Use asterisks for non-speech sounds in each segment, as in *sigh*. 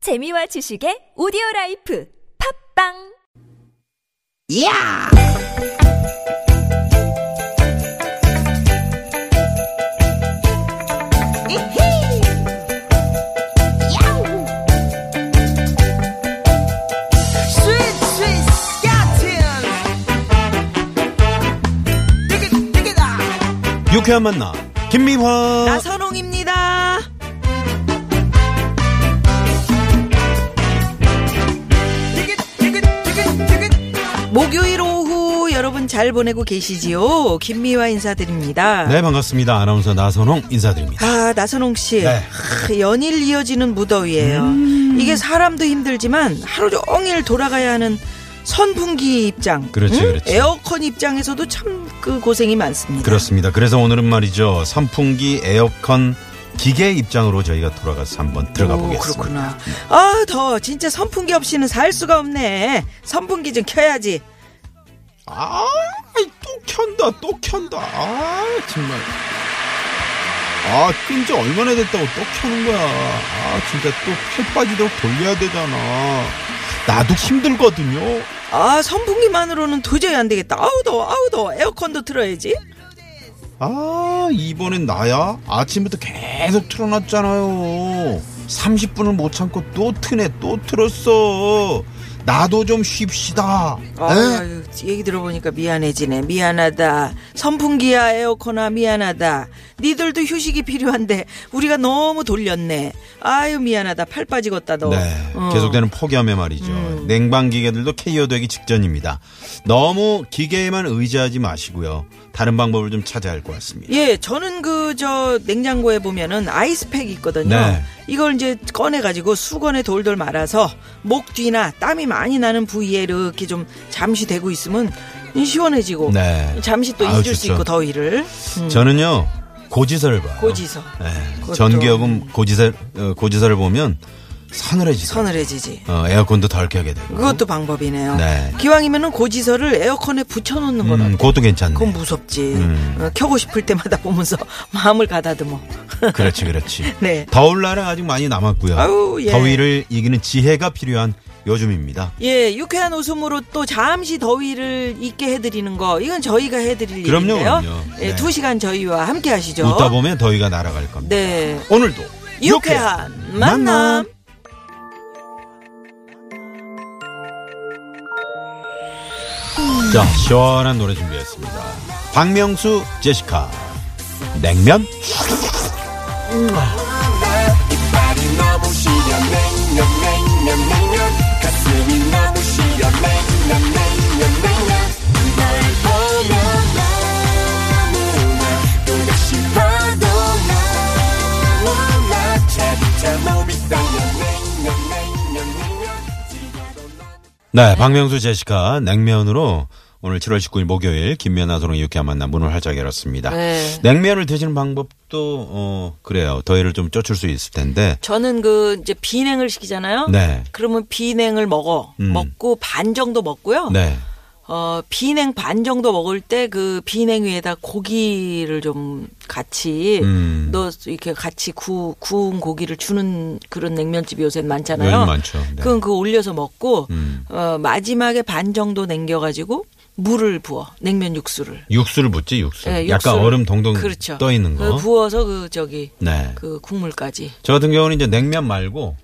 재미와 지식의 오디오 라이프 팝빵 야! 이히! 야우! 스윗, 스윗, 스캇틴! 띠깃, 띠깃아! 유쾌한 만남 김미화 나선홍입니다. 띠깃, 띠깃, 띠깃, 띠깃. 목요일 오후 여러분 잘 보내고 계시지요? 김미화 인사드립니다. 네 반갑습니다 아나운서 나선홍 인사드립니다 아, 나선홍 씨. 네. 음. 아, 연일 이어지는 무더위예요. 이게 사람도 힘들지만 하루 종일 돌아가야 하는 선풍기 입장. 그렇죠, 그렇지, 그렇지. 에어컨 입장에서도 참 그 고생이 많습니다. 그렇습니다 그래서 오늘은 말이죠 선풍기 에어컨 기계 입장으로 저희가 돌아가서 한번 들어가 오, 보겠습니다 음. 그렇구나. 아, 더 진짜 선풍기 없이는 살 수가 없네. 선풍기 좀 켜야지. 아, 아이, 또 켠다 또 켠다 아 정말 아 끈지 얼마나 됐다고 또 켜는 거야 아 진짜 또 팔 빠지도록 돌려야 되잖아 나도 힘들거든요 아, 선풍기만으로는 도저히 안 되겠다. 아우, 더워, 아우, 더워. 에어컨도 틀어야지. 아 이번엔 나야 아침부터 계속 틀어놨잖아요 30분을 못 참고 또 트네 또 틀었어 나도 좀 쉽시다 네? 에? 아유, 얘기 들어보니까 미안해지네. 미안하다. 선풍기야 에어컨아 미안하다. 니들도 휴식이 필요한데 우리가 너무 돌렸네. 아유 미안하다. 팔 빠지겠다 너. 네 어. 음. 계속되는 폭염에 말이죠 냉방 기계들도 KO 되기 직전입니다 너무 기계에만 의지하지 마시고요 다른 방법을 좀 찾아야 할 것 같습니다 예, 저는 그 저 냉장고에 보면은 아이스팩 있거든요. 네. 이걸 이제 꺼내 가지고 수건에 돌돌 말아서 목 뒤나 땀이 많이 나는 부위에 이렇게 좀 잠시 대고 있으면 시원해지고 네 잠시 또 아유, 잊을 수 좋죠. 어. 있고 더위를 음, 저는요 고지서를 봐요 고지서 예, 그것도- 음. 전기요금 고지서 어, 고지서를 보면 서늘해지죠 서늘해지지. 어, 에어컨도 덜 켜게 되고 그것도 방법이네요. 네. 기왕이면은 그 고지서를 에어컨에 붙여놓는 건 음, 어때? 그것도 괜찮네. 그건 뭐- 무섭지. 음. 어, 켜고 싶을 때마다 보면서 *laughs* 마음을 가다듬어. 그렇지, *laughs* 그렇지. 네. 더울 날은 아직 많이 남았고요. 아우, 예. 더위를 이기는 지혜가 필요한 요즘입니다. 예, 유쾌한 웃음으로 또 잠시 더위를 잊게 해드리는 거 이건 저희가 해드릴 그럼요, 일인데요. 그럼요. 예, 네. 두 시간 저희와 함께 하시죠. 웃다 보면 더위가 날아갈 겁니다. 네, 오늘도 유쾌한 만남. 만남. 자, 시원한 노래 준비했습니다. 박명수, 제시카, 냉면. 네, 박명수, 제시카, 냉면으로 오늘 7월 19일 목요일 김면아 소롱 유쾌한 만남 문을 활짝 열었습니다. 네. 냉면을 드시는 방법도 어 그래요. 더위를 좀 쫓을 수 있을 텐데. 저는 그 이제 비냉을 시키잖아요. 네. 그러면 비냉을 먹어 음. 먹고 반 정도 먹고요. 네. 어, 비냉 반 정도 먹을 때 그 비냉 위에다 고기를 좀 같이 음. 넣어 이렇게 같이 구, 구운 고기를 주는 그런 냉면집이 요새 많잖아요. 요즘 많죠. 네. 그건 그거 올려서 먹고 음. 어, 마지막에 반 정도 남겨 가지고 물을 부어 냉면 육수를. 육수를 붓지 육수. 예, 약간 육수를. 얼음 동동 그렇죠. 떠 있는 거. 그거 부어서 그 저기 네. 그 국물까지 저 같은 경우는 이제 냉면 말고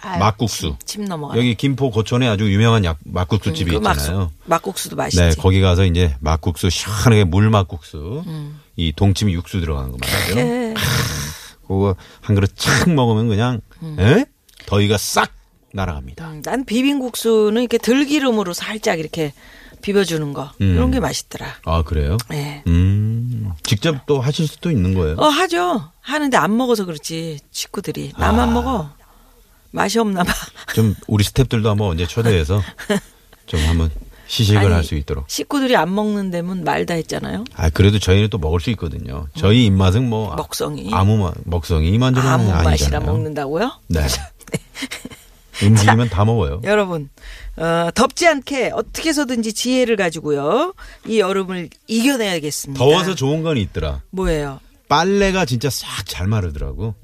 아유, 막국수. 침 넘어가. 여기 김포 고촌에 아주 유명한 약- 막국수 집이 그 막수- 있잖아요. 막국수도 맛있지. 네, 거기 가서 이제 막국수 시원하게 물 막국수. 음. 이 동치미 육수 들어간 거 말이죠. 예. 그거 한 그릇 착 먹으면 그냥 에? 더위가 싹 날아갑니다. 음, 난 비빔국수는 이렇게 들기름으로 살짝 이렇게 비벼주는 거 음. 이런 게 맛있더라. 아, 그래요? 예. 음. 직접 또 하실 수도 있는 거예요. 어 하죠. 하는데 안 먹어서 그렇지 식구들이 아. 나만 먹어 맛이 없나 *laughs* 봐. 좀 우리 스탭들도 한번 언제 초대해서 좀 한번 시식을 아니, 할 수 있도록. 식구들이 안 먹는 데면 말다 했잖아요. 아 그래도 저희는 또 먹을 수 있거든요. 저희 입맛은 뭐 아- 음. 먹성이. 아무 맛- 먹성이 이만저만 아무 아니잖아요. 맛이나 먹는다고요? *laughs* 네. 음식이면 다 먹어요. 여러분 어, 덥지 않게 어떻게 해서든지 지혜를 가지고요 이 여름을 이겨내야겠습니다. 더워서 좋은 건 있더라. 뭐예요? 빨래가 진짜 싹 잘 마르더라고.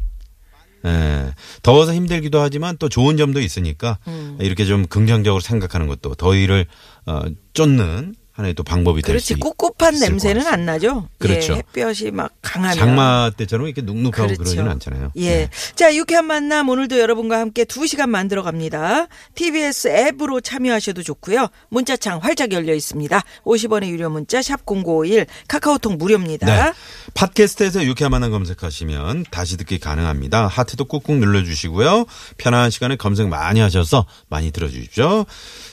예. 더워서 힘들기도 하지만 또 좋은 점도 있으니까 음. 이렇게 좀 긍정적으로 생각하는 것도 더위를 어, 쫓는 하나의 또 방법이 될 수 그렇지 있 꿉꿉한 있을 것 냄새는 같습니다. 안 나죠. 그렇죠. 예, 햇볕이 막 강하면 그렇죠. 장마 때처럼 이렇게 눅눅하고 그러지는 않잖아요. 예. 네. 자, 유쾌한 만남 오늘도 여러분과 함께 두시간 만들어 갑니다. TBS 앱으로 참여하셔도 좋고요. 문자창 활짝 열려 있습니다. 50원의 유료 문자 샵 0951 카카오톡 무료입니다. 네. 팟캐스트에서 유쾌한 만남 검색하시면 다시 듣기 가능합니다. 하트도 꾹꾹 눌러주시고요. 편안한 시간에 검색 많이 하셔서 많이 들어주십시오.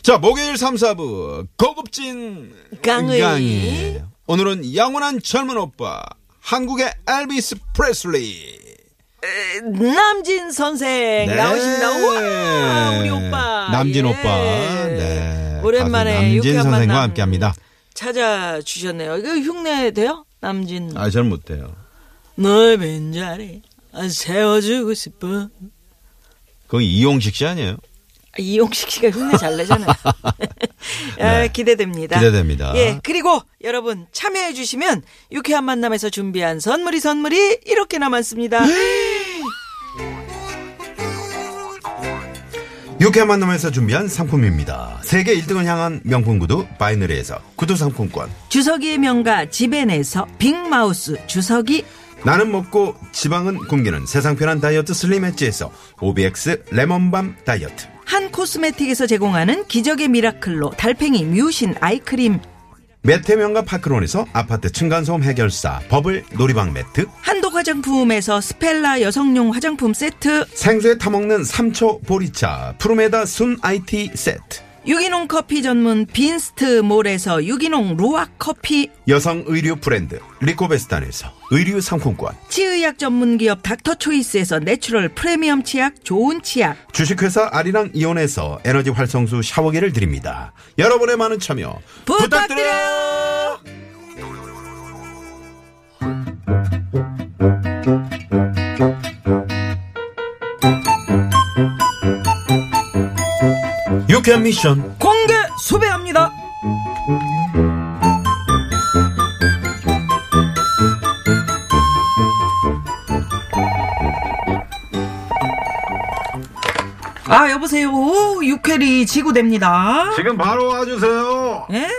자, 목요일 3, 4부 고급진 강의. 강의. 오늘은 영원한 젊은 오빠 한국의 엘비스 프레슬리. 남진 선생 네. 나오십니다. 우와, 우리 오빠. 남진 예. 오빠. 네. 가수 오랜만에 남진 유쾌한 선생과 만남 함께합니다. 찾아주셨네요. 이거 흉내 돼요? 남진. 아, 저는 못해요. 널 맨자리 세워주고 싶어. 그건 이용식 씨 아니에요? 이용식 씨가 흉내 잘 *laughs* 내잖아요. 아, 기대됩니다. 기대됩니다. 예, 그리고 여러분 참여해 주시면 유쾌한 만남에서 준비한 선물이 선물이 이렇게나 많습니다. 유쾌한 만남에서 준비한 상품입니다. 세계 1등을 향한 명품 구두 바이너리에서 구두 상품권. 주석이의 명가 지벤에서 빅마우스 주석이 나는 먹고 지방은 굶기는 세상 편한 다이어트 슬림 엣지에서 오비엑스 레몬밤 다이어트. 한 코스메틱에서 제공하는 기적의 미라클로 달팽이 뮤신 아이크림 매태명과 파크론에서 아파트 층간소음 해결사 버블 놀이방 매트. 한독 화장품에서 스펠라 여성용 화장품 세트 생수에 타먹는 삼초 보리차 프로메다 순 IT 세트. 유기농 커피 전문 빈스트 몰에서 유기농 루아 커피 여성 의류 브랜드 리코베스탄에서 의류 상품권. 치의학 전문 기업 닥터 초이스에서 내추럴 프리미엄 치약 좋은 치약 주식회사 아리랑 이온에서 에너지 활성수 샤워기를 드립니다. 여러분의 많은 참여 부탁드려요. 유쾌한 미션. 공개 수배합니다. 아 여보세요. 오, 육회리 지구됩니다. 지금 바로 와주세요. 예?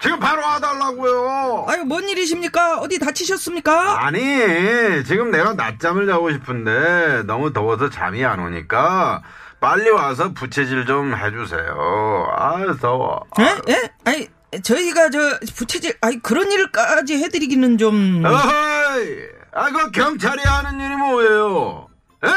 지금 바로 와달라고요. 아유 뭔 일이십니까? 어디 다치셨습니까? 아니, 지금 내가 낮잠을 자고 싶은데 너무 더워서 잠이 안 오니까 빨리 와서 부채질 좀 해주세요. 아, 더워. 예? 예? 아니 저희가 저 부채질 아니 그런 일까지 해드리기는 좀 어허이! 아, 그 경찰이 하는 일이 뭐예요? 에?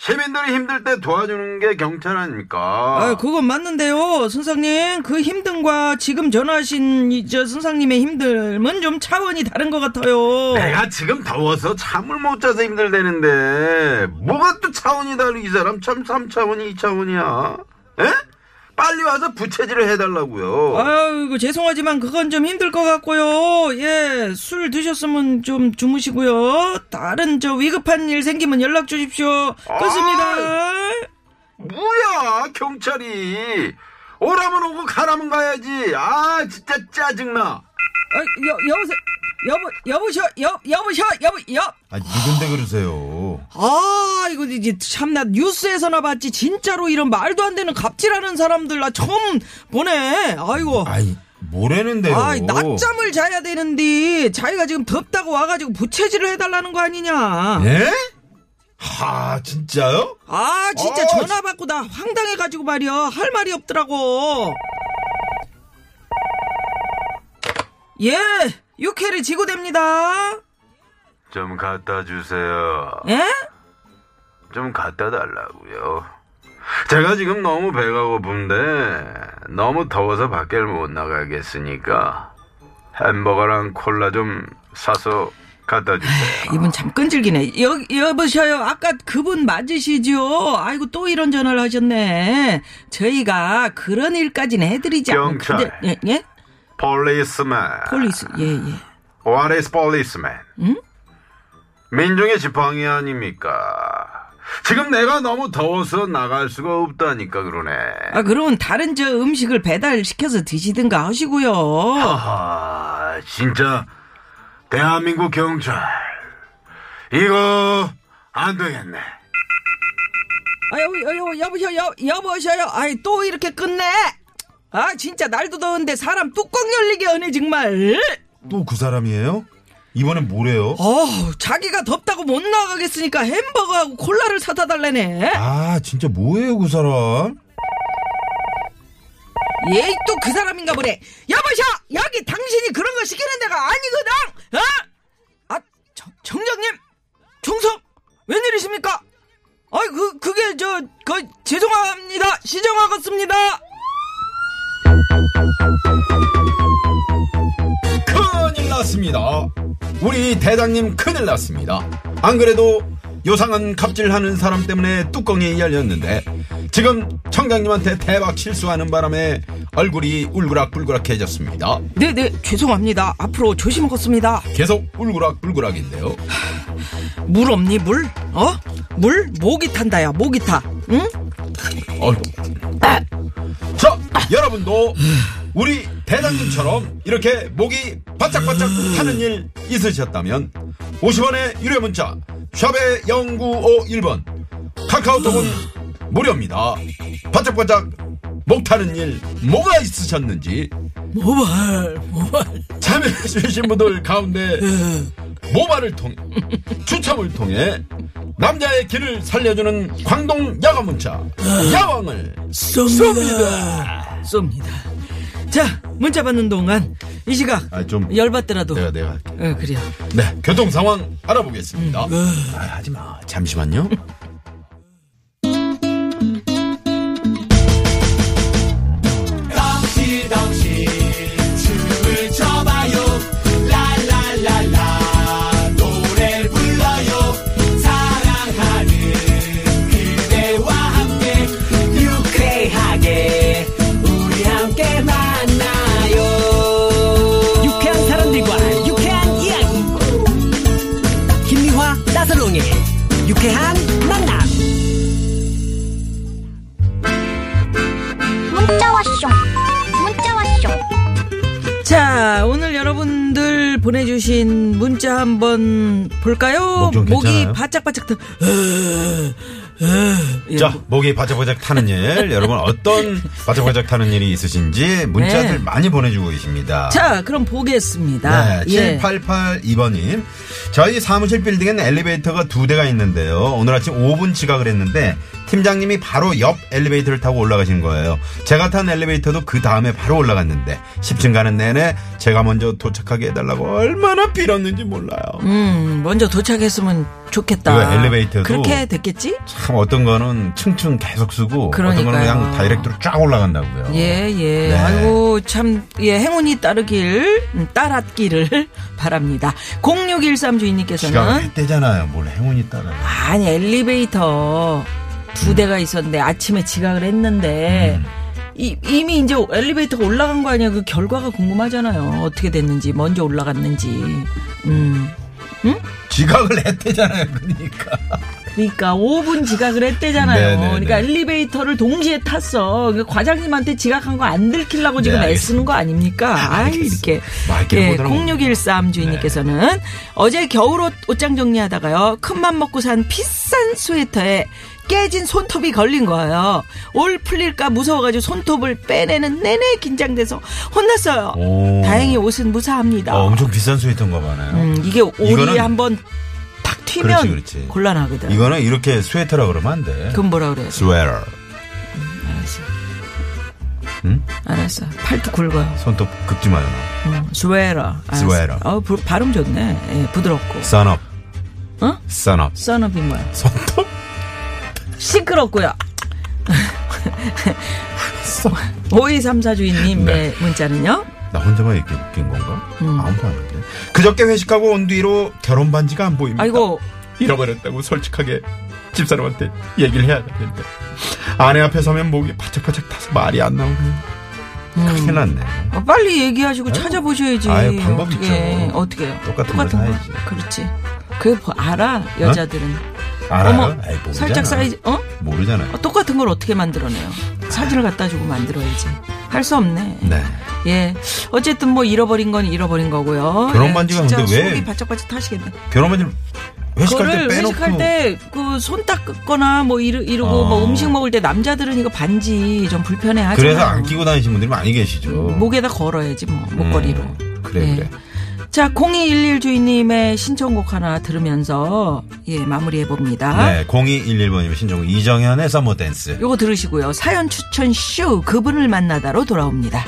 시민들이 힘들 때 도와주는 게 경찰 아닙니까? 아, 그건 맞는데요, 선생님. 그 힘듦과 지금 전화하신 이 저 선생님의 힘듦은 좀 차원이 다른 것 같아요. 내가 지금 더워서 잠을 못 자서 힘들대는데 뭐가 또 차원이 다르 이 사람 참 3차원이 2차원이야 에? 빨리 와서 부채질을 해달라고요 아이고 죄송하지만 그건 좀 힘들 것 같고요. 예, 술 드셨으면 좀 주무시고요. 다른 저 위급한 일 생기면 연락 주십시오. 끊습니다. 아, 뭐야 경찰이 오라면 오고 가라면 가야지 아 진짜 짜증나 아, 여 여보세요. 여보 여보셔 여 여보셔 여보 여. 아, 누군데 그러세요? 아 이거 이제 참나 뉴스에서나 봤지 진짜로 이런 말도 안 되는 갑질하는 사람들 나 처음 보네. 아이고. 아이, 뭐라는데요? 아이, 낮잠을 자야 되는데 자기가 지금 덥다고 와가지고 부채질을 해달라는 거 아니냐? 예? 하, 진짜요? 아 진짜 아, 전화 받고 나 황당해가지고 말이야 할 말이 없더라고. 예, 육회를 지고됩니다. 좀 갖다 주세요 예? 좀 갖다 달라고요 제가 지금 너무 배가 고픈데 너무 더워서 밖을 못 나가겠으니까 햄버거랑 콜라 좀 사서 갖다 *laughs* 주세요 이분 참 끈질기네. 여, 여보셔요. 아까 그분 맞으시죠? 아이고, 또 이런 전화를 하셨네. 저희가 그런 일까지는 해드리지 않고. 경찰. 근데- 예? 예? 폴리스맨 폴리스. 예, 예. What is policeman? 민중의 지팡이 아닙니까? 지금 내가 너무 더워서 나갈 수가 없다니까 그러네. 아, 그러면 다른 저 음식을 배달시켜서 드시든가 하시고요. 아하, 진짜 대한민국 경찰 이거 안 되겠네. 아유, 여보, 여보, 여보, 여보셔요. 아이, 또 이렇게 끝내. 아, 진짜 날도 더운데 사람 뚜껑 열리게 하네, 정말. 또 그 사람이에요? 이번엔 뭐래요? 어, 자기가 덥다고 못 나가겠으니까 햄버거하고 콜라를 사다 달래네. 아, 진짜 뭐예요, 그 사람? 얘 또 그 사람인가 보네. 여보셔, 여기 당신이 그런 거 시키는 데가 아니거든. 어? 아, 정, 정장님, 정석, 웬일이십니까? 아이, 그, 그게 저, 그, 죄송합니다. 시정하겠습니다. 큰일 났습니다. 우리 대장님 큰일 났습니다. 안 그래도 요상한 갑질하는 사람 때문에 뚜껑이 열렸는데 지금 청장님한테 대박 실수하는 바람에 얼굴이 울그락불그락해졌습니다. 네네, 죄송합니다. 앞으로 조심하겠습니다. 계속 울그락불그락인데요. 물 없니, 물? 어? 물? 모기 탄다야, 모기 타. 응? 어휴. 자, 여러분도 우리 대장님처럼 이렇게 목이 바짝바짝 타는 일 있으셨다면 50원의 유료 문자 샵의 0951번 카카오톡은 무료입니다. 바짝바짝 목 타는 일 뭐가 있으셨는지 모발, 모발. 참여해주신 분들 가운데 모발을 통해 추첨을 통해 남자의 길을 살려주는 광동 야간 문자 야왕을 쏩니다. 쏩니다. 자, 문자 받는 동안 이 시각 아, 좀- 열받더라도 내가 내가 할게. 어, 그래요. 네 교통 상황 알아보겠습니다. 음, 네. 아, 하지마 잠시만요. 유쾌한 사람들과 유쾌한 이야기 김미화 나서롱의 유쾌한 만남 문자 왔쇼 문자 왔쇼 자, 오늘 여러분들 보내주신 문자 한번 볼까요? 목좀 뭐, 괜찮아요? 목이 바짝바짝 타. 예, 자 목이 바짝바짝 타는 일 *laughs* 여러분 어떤 바짝바짝 타는 일이 있으신지 문자들 네. 많이 보내주고 계십니다. 자, 아, 예. 그럼 보겠습니다. 네, 7882번님. 저희 사무실 빌딩엔 엘리베이터가 두 대가 있는데요. 오늘 아침 5분 지각을 했는데 팀장님이 바로 옆 엘리베이터를 타고 올라가신 거예요. 제가 탄 엘리베이터도 그 다음에 바로 올라갔는데 10층 가는 내내 제가 먼저 도착하게 해달라고 얼마나 빌었는지 몰라요. 음, 먼저 도착했으면 좋겠다. 이거 엘리베이터도 그렇게 됐겠지? 참 어떤 거는 층층 계속 쓰고 어떤 거는 그러니까요. 그냥 다이렉트로 쫙 올라간다고요. 예, 예. 네. 아이고, 참, 예, 행운이 따르길, 음, 따랐기를 *laughs* 바랍니다. 지각을 0613 주인님께서는, 했대잖아요. 뭘 행운이 따라. 아니, 엘리베이터 두 대가 있었는데, 아침에 지각을 했는데, 이, 이미 이제 엘리베이터가 올라간 거 아니야? 그 결과가 궁금하잖아요. 어떻게 됐는지, 먼저 올라갔는지. 음. 지각을 했대잖아요. 그러니까. 그러니까 5분 지각을 네, 했대잖아요. 네, 네. 그러니까 엘리베이터를 동시에 탔어. 그러니까 과장님한테 지각한 거 안 들키려고 지금 네, 애쓰는 거 아닙니까? 아이, 이렇게. 맑게 예, 보더라고요. 네. 0613 주인님께서는 어제 겨울옷 옷장 정리하다가요. 큰맘 먹고 산 비싼 스웨터에 깨진 손톱이 걸린 거예요. 올 풀릴까 무서워가지고 손톱을 빼내는 내내 긴장돼서 혼났어요. 오. 다행히 옷은 무사합니다. 어, 엄청 비싼 스웨터인가 봐요. 아. 음, 이게 오리 이거는- 한번 탁 튀면 그렇지, 그렇지. 곤란하거든. 이거는 이렇게 스웨터라 그러면 안 돼. 그럼 뭐라 그래? 스웨터. 알았어. 응? 알았어. 팔뚝 굵어요. 손톱 긁지 마요. 너. 응. 스웨러. 알았어. 스웨러. 어, 부- 발음 좋네. 예, 부드럽고. 썬업. 어? 썬업. 써너비 뭐야? 손톱? 시끄럽고요. *laughs* 5234 주인님의 네. 문자는요? 나 혼자만 이렇게 웃긴 건가? 음. 아무도 안 웃네. 그저께 회식하고 온 뒤로 결혼 반지가 안 보입니다. 아이고, 잃어버렸다고 솔직하게 집사람한테 얘기를 해야 되는데 아내 앞에 서면 목이 바짝바짝 타서 말이 안 나오네. 음. 큰일 났네. 아, 빨리 얘기하시고 찾아보셔야지. 아유, 방법이 어떻게, 있죠. 어떻게 해요? 똑같은 걸 사야지. 그렇지. 그게 뭐 알아, 여자들은. 알아요? 어머, 아이, 모르잖아. 살짝 사이즈, 어? 모르잖아요. 어, 똑같은 걸 어떻게 만들어내요? 사진을 갖다 주고 만들어야지. 할 수 없네. 네. 예. 어쨌든 뭐 잃어버린 건 잃어버린 거고요. 결혼 예, 반지가 진짜 근데 왜- 속이 바짝바짝 타시겠네. 결혼 반지를 회식할 때 그거를 빼놓고 회식할 때 그 손 닦거나 뭐 이러, 이러고 아. 뭐 음식 먹을 때 남자들은 이거 반지 좀 불편해 하잖아요. 그래서 안 끼고 다니신 분들이 많이 계시죠. 목에다 걸어야지 뭐 목걸이로. 음, 그래 예. 그래. 자, 0211 주인님의 신청곡 하나 들으면서 예, 마무리해 봅니다. 네, 0211번님 신청 이정현의 서머 댄스. 요거 들으시고요. 사연 추천 쇼 그분을 만나다로 돌아옵니다.